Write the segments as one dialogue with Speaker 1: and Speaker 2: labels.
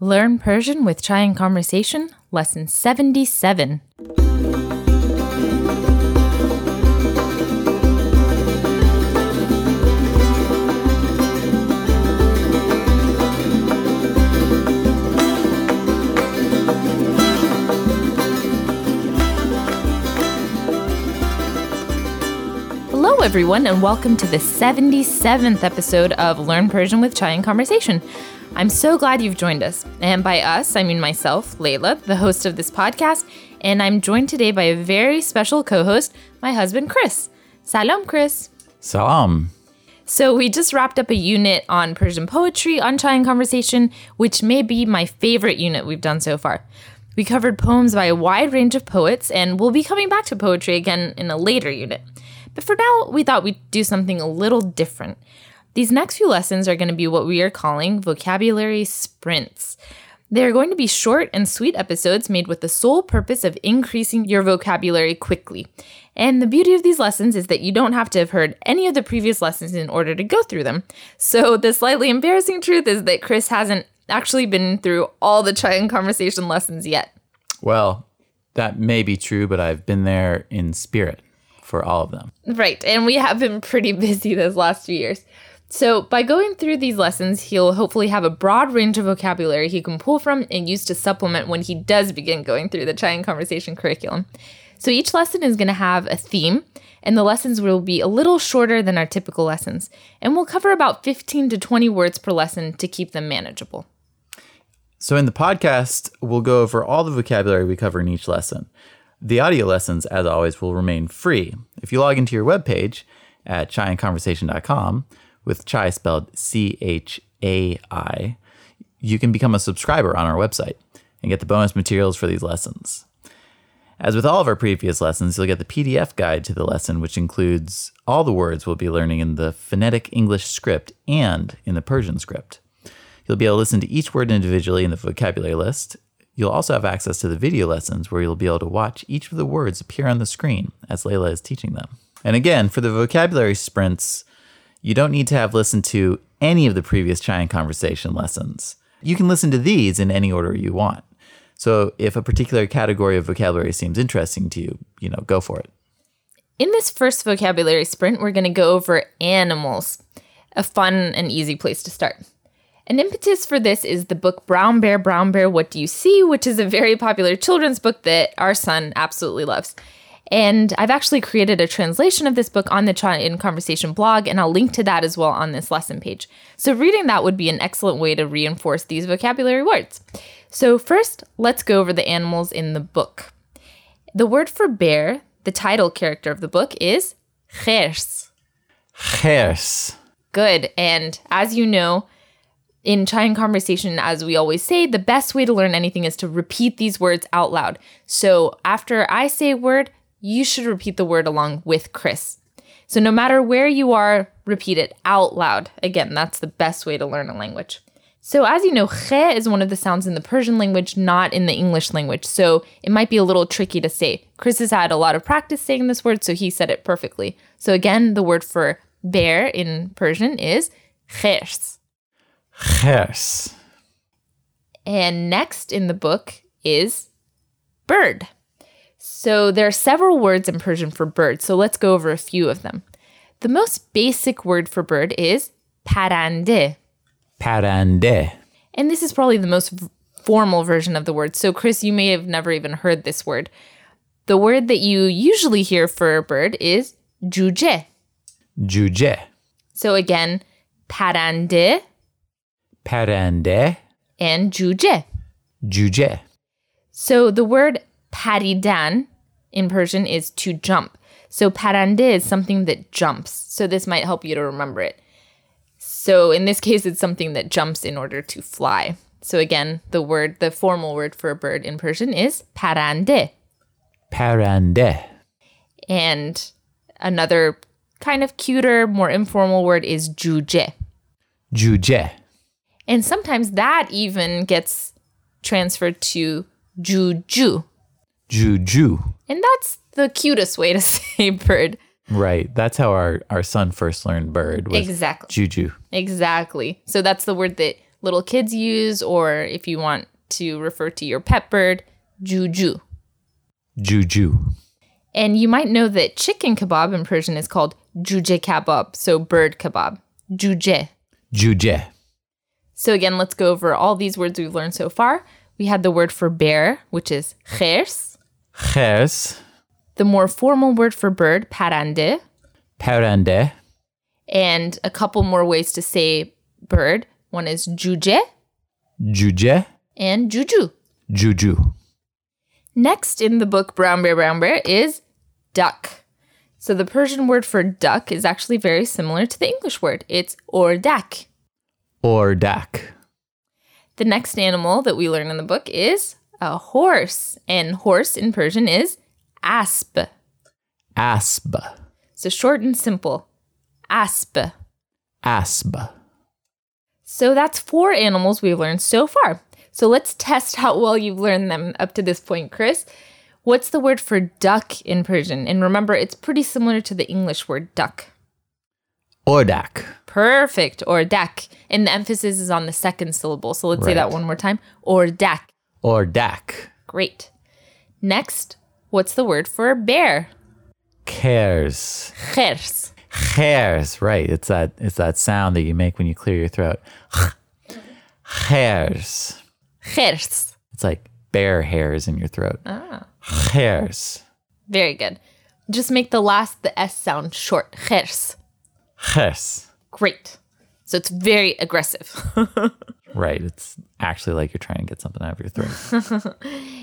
Speaker 1: Learn Persian with Chai and Conversation, Lesson 77. Hello, everyone, and welcome to the 77th episode of Learn Persian with Chai and Conversation. I'm so glad you've joined us. And by us, I mean myself, Layla, the host of this podcast, and I'm joined today by a very special co host, my husband, Chris. Salam, Chris.
Speaker 2: Salam.
Speaker 1: So, we just wrapped up a unit on Persian poetry on Chai and Conversation, which may be my favorite unit we've done so far. We covered poems by a wide range of poets, and we'll be coming back to poetry again in a later unit. But for now, we thought we'd do something a little different. These next few lessons are going to be what we are calling vocabulary sprints. They are going to be short and sweet episodes made with the sole purpose of increasing your vocabulary quickly. And the beauty of these lessons is that you don't have to have heard any of the previous lessons in order to go through them. So, the slightly embarrassing truth is that Chris hasn't actually been through all the try and conversation lessons yet.
Speaker 2: Well, that may be true, but I've been there in spirit for all of them.
Speaker 1: Right. And we have been pretty busy this last few years. So, by going through these lessons, he'll hopefully have a broad range of vocabulary he can pull from and use to supplement when he does begin going through the Chai and Conversation curriculum. So, each lesson is going to have a theme, and the lessons will be a little shorter than our typical lessons. And we'll cover about 15 to 20 words per lesson to keep them manageable.
Speaker 2: So, in the podcast, we'll go over all the vocabulary we cover in each lesson. The audio lessons, as always, will remain free. If you log into your webpage at chaiandconversation.com with chai spelled C H A I, you can become a subscriber on our website and get the bonus materials for these lessons. As with all of our previous lessons, you'll get the PDF guide to the lesson, which includes all the words we'll be learning in the phonetic English script and in the Persian script. You'll be able to listen to each word individually in the vocabulary list. You'll also have access to the video lessons where you'll be able to watch each of the words appear on the screen as Layla is teaching them. And again, for the vocabulary sprints, you don't need to have listened to any of the previous Chai and Conversation lessons. You can listen to these in any order you want. So if a particular category of vocabulary seems interesting to you, you know, go for it.
Speaker 1: In this first vocabulary sprint, we're going to go over animals, a fun and easy place to start. An impetus for this is the book Brown Bear, Brown Bear, What Do You See? which is a very popular children's book that our son absolutely loves. And I've actually created a translation of this book on the Chai in Conversation blog, and I'll link to that as well on this lesson page. So, reading that would be an excellent way to reinforce these vocabulary words. So, first, let's go over the animals in the book. The word for bear, the title character of the book, is khers.
Speaker 2: Khers.
Speaker 1: Good. And as you know, in Chai and conversation, as we always say, the best way to learn anything is to repeat these words out loud. So after I say a word, you should repeat the word along with Chris. So no matter where you are, repeat it out loud. Again, that's the best way to learn a language. So as you know, khe is one of the sounds in the Persian language, not in the English language. So it might be a little tricky to say. Chris has had a lot of practice saying this word, so he said it perfectly. So again, the word for bear in Persian is khers.
Speaker 2: Khers.
Speaker 1: And next in the book is bird. So there are several words in Persian for bird, so let's go over a few of them. The most basic word for bird is parande.
Speaker 2: Parande.
Speaker 1: And this is probably the most v- formal version of the word. So, Chris, you may have never even heard this word. The word that you usually hear for a bird is juje.
Speaker 2: Juje.
Speaker 1: So, again, parande
Speaker 2: Parande.
Speaker 1: and juje.
Speaker 2: Juje.
Speaker 1: So the word paridan in Persian is to jump. So parande is something that jumps. So this might help you to remember it. So in this case, it's something that jumps in order to fly. So again, the word, the formal word for a bird in Persian is parande.
Speaker 2: Parande.
Speaker 1: And another kind of cuter, more informal word is juje.
Speaker 2: Juje.
Speaker 1: And sometimes that even gets transferred to juju.
Speaker 2: Juju.
Speaker 1: And that's the cutest way to say bird.
Speaker 2: Right. That's how our, our son first learned bird was
Speaker 1: Exactly.
Speaker 2: juju.
Speaker 1: Exactly. So that's the word that little kids use, or if you want to refer to your pet bird, juju.
Speaker 2: Juju.
Speaker 1: And you might know that chicken kebab in Persian is called juje kebab, so bird kebab, juje.
Speaker 2: Juje.
Speaker 1: So again, let's go over all these words we've learned so far. We had the word for bear, which is khers.
Speaker 2: Khers.
Speaker 1: The more formal word for bird, parande,
Speaker 2: Perende.
Speaker 1: and a couple more ways to say bird. One is juje
Speaker 2: Juje.
Speaker 1: and juju.
Speaker 2: Juju.
Speaker 1: Next in the book Brown Bear Brown Bear is duck. So the Persian word for duck is actually very similar to the English word. It's ordak.
Speaker 2: Or dak.
Speaker 1: The next animal that we learn in the book is a horse, and horse in Persian is asp.
Speaker 2: Asb.
Speaker 1: So short and simple, asp.
Speaker 2: Asb.
Speaker 1: So that's four animals we've learned so far. So let's test how well you've learned them up to this point, Chris. What's the word for duck in Persian? And remember, it's pretty similar to the English word duck.
Speaker 2: Ordak.
Speaker 1: Perfect. Or dak. And the emphasis is on the second syllable. So let's say that
Speaker 2: Right.
Speaker 1: one more time. Or dak.
Speaker 2: Or dak.
Speaker 1: Great. Next, what's the word for bear?
Speaker 2: Cares.
Speaker 1: Khers.
Speaker 2: Cares. Right. It's that it's that sound that you make when you clear your throat. Cares.
Speaker 1: Khers.
Speaker 2: It's like bear hairs in your throat. Hairs.
Speaker 1: Very good. Just make the last, the S sound short. Khers.
Speaker 2: Hairs.
Speaker 1: Great. So it's very aggressive.
Speaker 2: Right. It's actually like you're trying to get something out of your throat.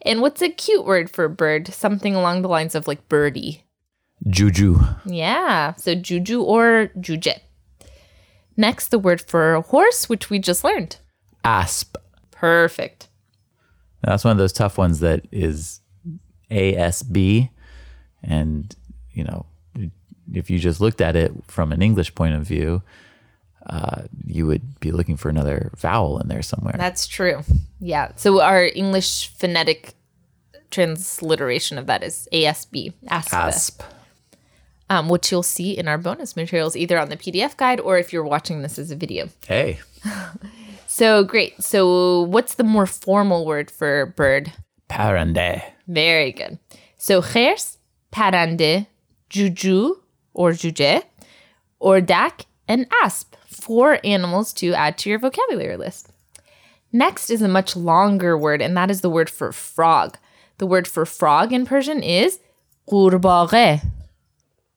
Speaker 1: and what's a cute word for bird? Something along the lines of like birdie.
Speaker 2: Juju.
Speaker 1: Yeah. So juju or jujit. Next, the word for horse, which we just learned.
Speaker 2: Asp.
Speaker 1: Perfect.
Speaker 2: That's one of those tough ones that is ASB. And, you know, if you just looked at it from an English point of view, uh, you would be looking for another vowel in there somewhere.
Speaker 1: That's true. Yeah. So our English phonetic transliteration of that is ASB, ASB,
Speaker 2: Asp.
Speaker 1: um, which you'll see in our bonus materials, either on the PDF guide or if you're watching this as a video.
Speaker 2: Hey.
Speaker 1: So great. So what's the more formal word for bird?
Speaker 2: Parande.
Speaker 1: Very good. So khers, parande, juju or juje, or dak, and asp. Four animals to add to your vocabulary list. Next is a much longer word, and that is the word for frog. The word for frog in Persian is qurbaghe.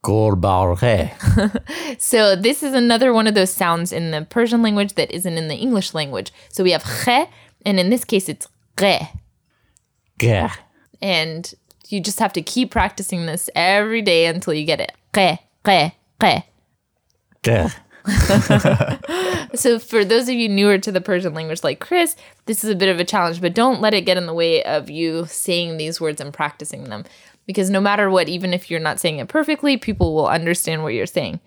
Speaker 2: Gorbarhe.
Speaker 1: So this is another one of those sounds in the Persian language that isn't in the English language. So we have khe, and in this case it's ghe.
Speaker 2: Gah.
Speaker 1: and you just have to keep practicing this every day until you get it. Qe, qe, qe.
Speaker 2: Gah.
Speaker 1: So for those of you newer to the Persian language like Chris, this is a bit of a challenge, but don't let it get in the way of you saying these words and practicing them because no matter what, even if you're not saying it perfectly, people will understand what you're saying.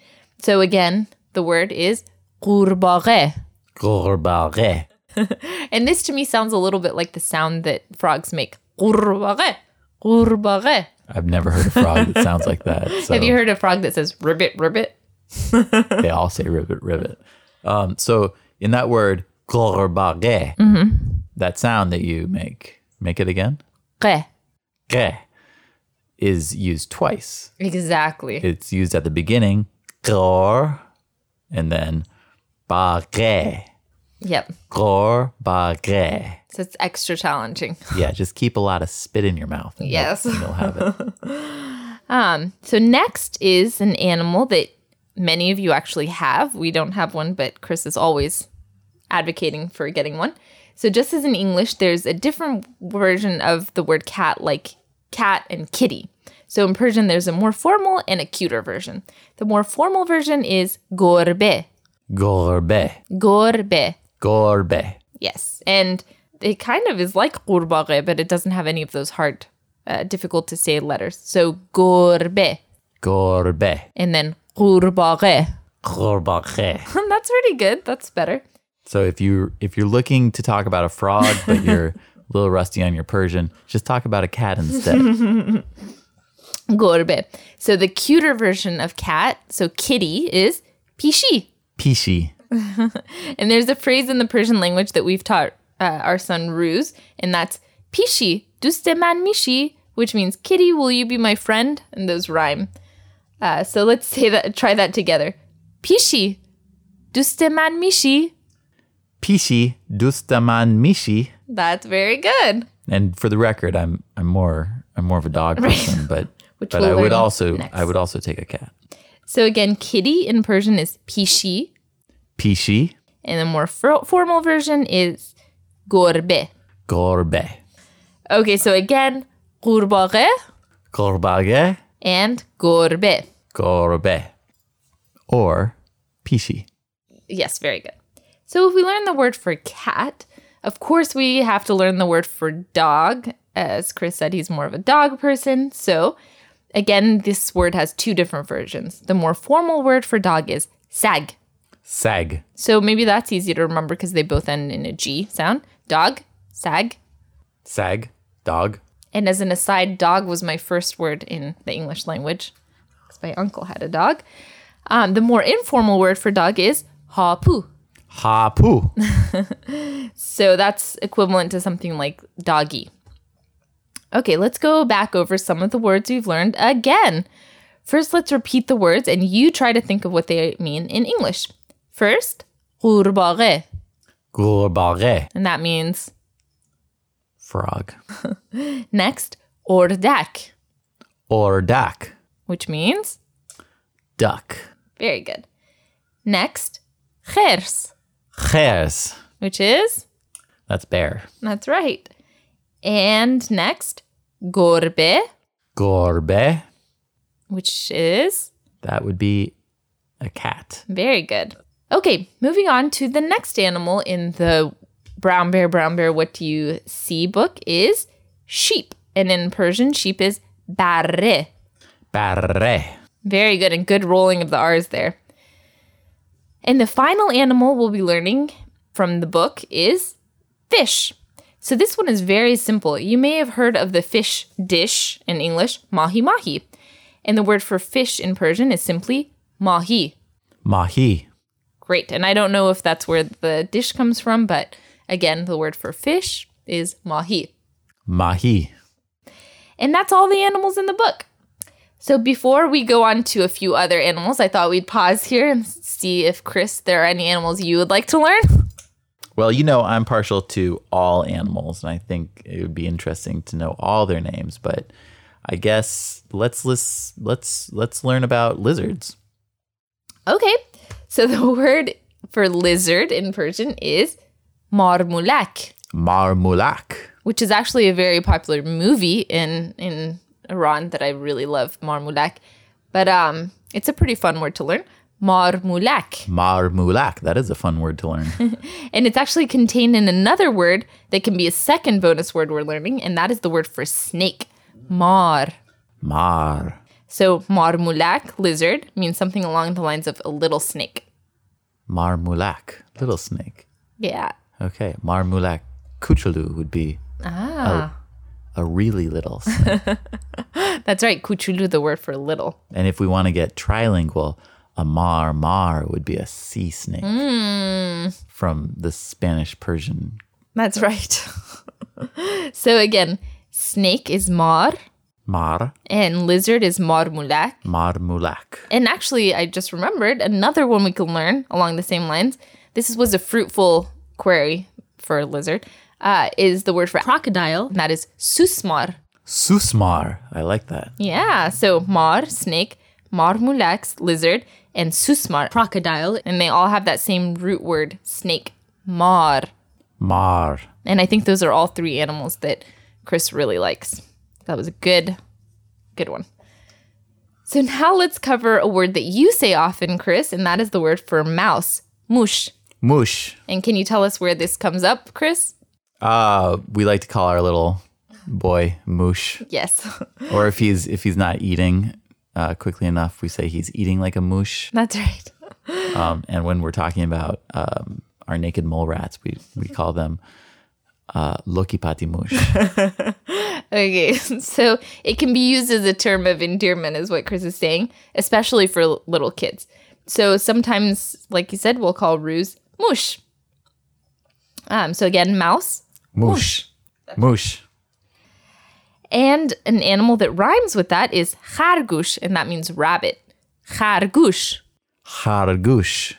Speaker 1: So again, the word is qurbaghe.
Speaker 2: Gorbarhe.
Speaker 1: And this to me sounds a little bit like the sound that frogs make. Qurbaghe. Qurbaghe.
Speaker 2: I've never heard a frog that sounds like that. So
Speaker 1: Have you heard a frog that says ribbit ribbit?
Speaker 2: they all say ribbit, ribbit. Um, so in that word, gorbage,
Speaker 1: Mm-hmm.
Speaker 2: that sound that you make, make it again,
Speaker 1: Qe.
Speaker 2: ge, is used twice.
Speaker 1: Exactly.
Speaker 2: It's used at the beginning, gor, and then bage,
Speaker 1: Yep.
Speaker 2: gorbage.
Speaker 1: So it's extra challenging.
Speaker 2: Yeah, just keep a lot of spit in your mouth. and you'll-
Speaker 1: Yes.
Speaker 2: and You'll have it.
Speaker 1: So next is an animal that many of you actually have. We don't have one, but Chris is always advocating for getting one. So just as in English, there's a different version of the word cat, like cat and kitty. So in Persian, there's a more formal and a cuter version. The more formal version is gorbe.
Speaker 2: Gorbe,
Speaker 1: Gorbe.
Speaker 2: gorbe.
Speaker 1: Yes. And it kind of is like qurbaghe, but it doesn't have any of those hard, uh, difficult to say letters. So gorbe
Speaker 2: Gorbe.
Speaker 1: and then qurbaghe.
Speaker 2: Gorbage.
Speaker 1: That's pretty good. That's better.
Speaker 2: So if you if you're looking to talk about a fraud, but you're a little rusty on your Persian, just talk about a cat instead.
Speaker 1: Gorbe. So the cuter version of cat, so kitty, is pishi.
Speaker 2: Pishi.
Speaker 1: And there's a phrase in the Persian language that we've taught uh, our son Ruz, and that's pishi, dusteman mishi, which means kitty, will you be my friend? And those rhyme. Uh, so let's say that, try that together. Pishi, dusteman mishi.
Speaker 2: Pishi dustaman mishi.
Speaker 1: That's very good.
Speaker 2: And for the record, I'm I'm more I'm more of a dog person, but
Speaker 1: Which
Speaker 2: but
Speaker 1: we'll
Speaker 2: I would
Speaker 1: learn
Speaker 2: also
Speaker 1: next.
Speaker 2: I would also take a cat.
Speaker 1: So again, kitty in Persian is pishi,
Speaker 2: Pishi
Speaker 1: and the more fro- formal version is gorbe.
Speaker 2: gorbe.
Speaker 1: Okay, so again, qurbaghe
Speaker 2: Gorbage
Speaker 1: and gorbe.
Speaker 2: gorbe. Or pishi.
Speaker 1: Yes, very good. So if we learn the word for cat, of course we have to learn the word for dog. As Chris said, he's more of a dog person. So again, this word has two different versions. The more formal word for dog is sag.
Speaker 2: Sag.
Speaker 1: So maybe that's easy to remember because they both end in a G sound. Dog, sag.
Speaker 2: Sag. Dog.
Speaker 1: And as an aside, dog was my first word in the English language because my uncle had a dog. Um, the more informal word for dog is hapu.
Speaker 2: Hapu.
Speaker 1: So that's equivalent to something like doggy. Okay, let's go back over some of the words we've learned again. First, let's repeat the words and you try to think of what they mean in English. First, غورباغه,
Speaker 2: Gorbage.
Speaker 1: and that means
Speaker 2: Frog.
Speaker 1: next, ordak,
Speaker 2: Or duck.
Speaker 1: which means
Speaker 2: Duck.
Speaker 1: very good. Next, خرس,
Speaker 2: Khers.
Speaker 1: which is
Speaker 2: That's bear.
Speaker 1: that's right. And next, gorbe,
Speaker 2: Gorbe.
Speaker 1: which is
Speaker 2: That would be a cat.
Speaker 1: Very good. Okay, moving on to the next animal in the Brown Bear, Brown Bear, What Do You See book is sheep. And in Persian, sheep is barre.
Speaker 2: Barre.
Speaker 1: Very good and good rolling of the R's there. And the final animal we'll be learning from the book is fish. So this one is very simple. You may have heard of the fish dish in English, mahi mahi. And the word for fish in Persian is simply mahi.
Speaker 2: Mahi.
Speaker 1: Great. And I don't know if that's where the dish comes from, but again, the word for fish is mahi.
Speaker 2: Mahi.
Speaker 1: And that's all the animals in the book. So before we go on to a few other animals, I thought we'd pause here and see if Chris, there are any animals you would like to learn.
Speaker 2: Well, you know, I'm partial to all animals, and I think it would be interesting to know all their names. But I guess let's let's let's let's learn about lizards.
Speaker 1: Okay. So the word for lizard in Persian is marmulak,
Speaker 2: Marmulak.
Speaker 1: which is actually a very popular movie in in Iran that I really love, marmulak. But um, it's a pretty fun word to learn. Marmulak.
Speaker 2: Marmulak. That is a fun word to learn.
Speaker 1: And it's actually contained in another word that can be a second bonus word we're learning, and that is the word for snake, mar.
Speaker 2: Mar.
Speaker 1: So, marmulak, lizard, means something along the lines of a little snake.
Speaker 2: Marmulak. Little snake.
Speaker 1: Yeah.
Speaker 2: Okay. Marmulak. Kuchulu would be a, a really little snake.
Speaker 1: That's right, kuchulu, the word for little.
Speaker 2: and if we want to get trilingual, a mar mar would be a sea snake from the Spanish Persian
Speaker 1: That's right. so, again, snake is mar,
Speaker 2: mar.
Speaker 1: and lizard is marmulak.
Speaker 2: Marmulak.
Speaker 1: And actually, I just remembered another one we can learn along the same lines. This was a fruitful query for a lizard. Uh, is the word for crocodile, and that is susmar.
Speaker 2: Susmar. I like that.
Speaker 1: Yeah, so mar, snake, marmulax, lizard, and susmar, crocodile. And they all have that same root word, snake, mar.
Speaker 2: Mar.
Speaker 1: And I think those are all three animals that Chris really likes. That was a good, good one. So now let's cover a word that you say often, Chris, and that is the word for mouse, mush.
Speaker 2: Mush.
Speaker 1: And can you tell us where this comes up, Chris?
Speaker 2: Uh, we like to call our little boy Moosh.
Speaker 1: Yes,
Speaker 2: Or if he's if he's not eating uh, quickly enough, we say he's eating like a moosh.
Speaker 1: that's right.
Speaker 2: Um, and when we're talking about um, our naked mole rats, we we call them uh, lokipati moosh.
Speaker 1: Okay, so it can be used as a term of endearment, is what Chris is saying, especially for little kids. So sometimes, like you said, we'll call ruse moosh. Um, so again, mouse
Speaker 2: Moosh. Moosh.
Speaker 1: and an animal that rhymes with that is khargush, and that means rabbit. Khargush.
Speaker 2: Hargush.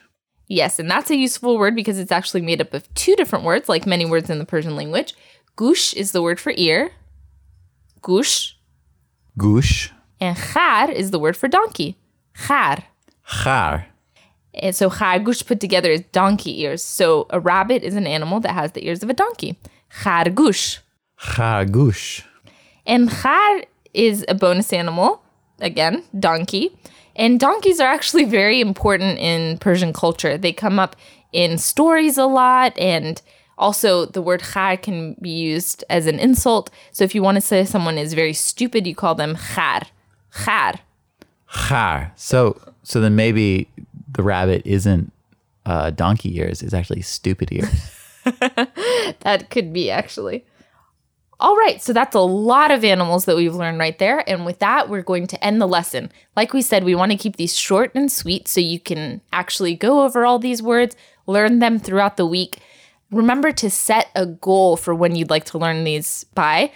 Speaker 1: Yes, and that's a useful word because it's actually made up of two different words, like many words in the Persian language. Gush is the word for ear. Gush.
Speaker 2: Goosh.
Speaker 1: And khar is the word for donkey. Khar.
Speaker 2: Har.
Speaker 1: And so khargush put together is donkey ears. So a rabbit is an animal that has the ears of a donkey. Khargush.
Speaker 2: Hargush.
Speaker 1: And khar is a bonus animal, again, donkey. And donkeys are actually very important in Persian culture. They come up in stories a lot and also the word khar can be used as an insult. So if you want to say someone is very stupid, you call them khar. Khar.
Speaker 2: Har. So so then maybe the rabbit isn't uh, donkey ears. It's actually stupid ears.
Speaker 1: That could be actually. All right, so that's a lot of animals that we've learned right there. And with that, we're going to end the lesson. Like we said, we want to keep these short and sweet so you can actually go over all these words, learn them throughout the week. Remember to set a goal for when you'd like to learn these by.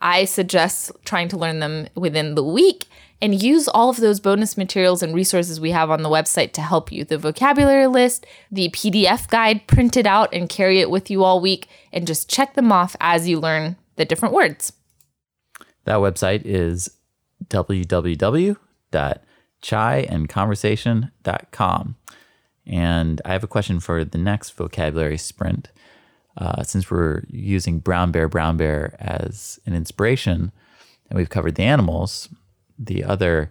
Speaker 1: I suggest trying to learn them within the week and use all of those bonus materials and resources we have on the website to help you the vocabulary list, the PDF guide, print it out and carry it with you all week, and just check them off as you learn the different words.
Speaker 2: that website is www.chaiandconversation.com. And I have a question for the next vocabulary sprint. Uh, since we're using brown bear, brown bear as an inspiration, and we've covered the animals, the other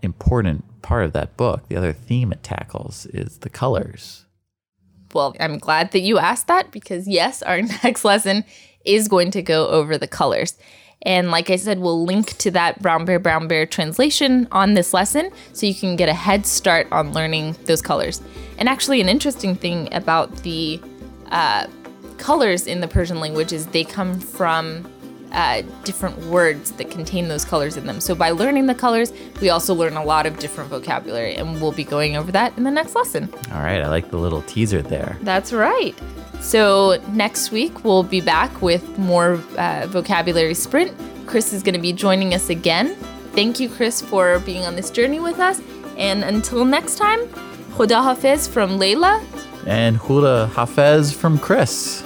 Speaker 2: important part of that book, the other theme it tackles is the colors.
Speaker 1: Well, I'm glad that you asked that because, yes, our next lesson is going to go over the colors. And like I said, we'll link to that Brown Bear Brown Bear translation on this lesson so you can get a head start on learning those colors. And actually, an interesting thing about the uh, colors in the Persian language is they come from uh, different words that contain those colors in them. So by learning the colors, we also learn a lot of different vocabulary, and we'll be going over that in the next lesson.
Speaker 2: All right, I like the little teaser there.
Speaker 1: That's right. So next week, we'll be back with more uh, vocabulary sprint. Chris is going to be joining us again. Thank you, Chris, for being on this journey with us. And until next time, Khuda Hafiz from Layla.
Speaker 2: And Hula Hafez from Chris.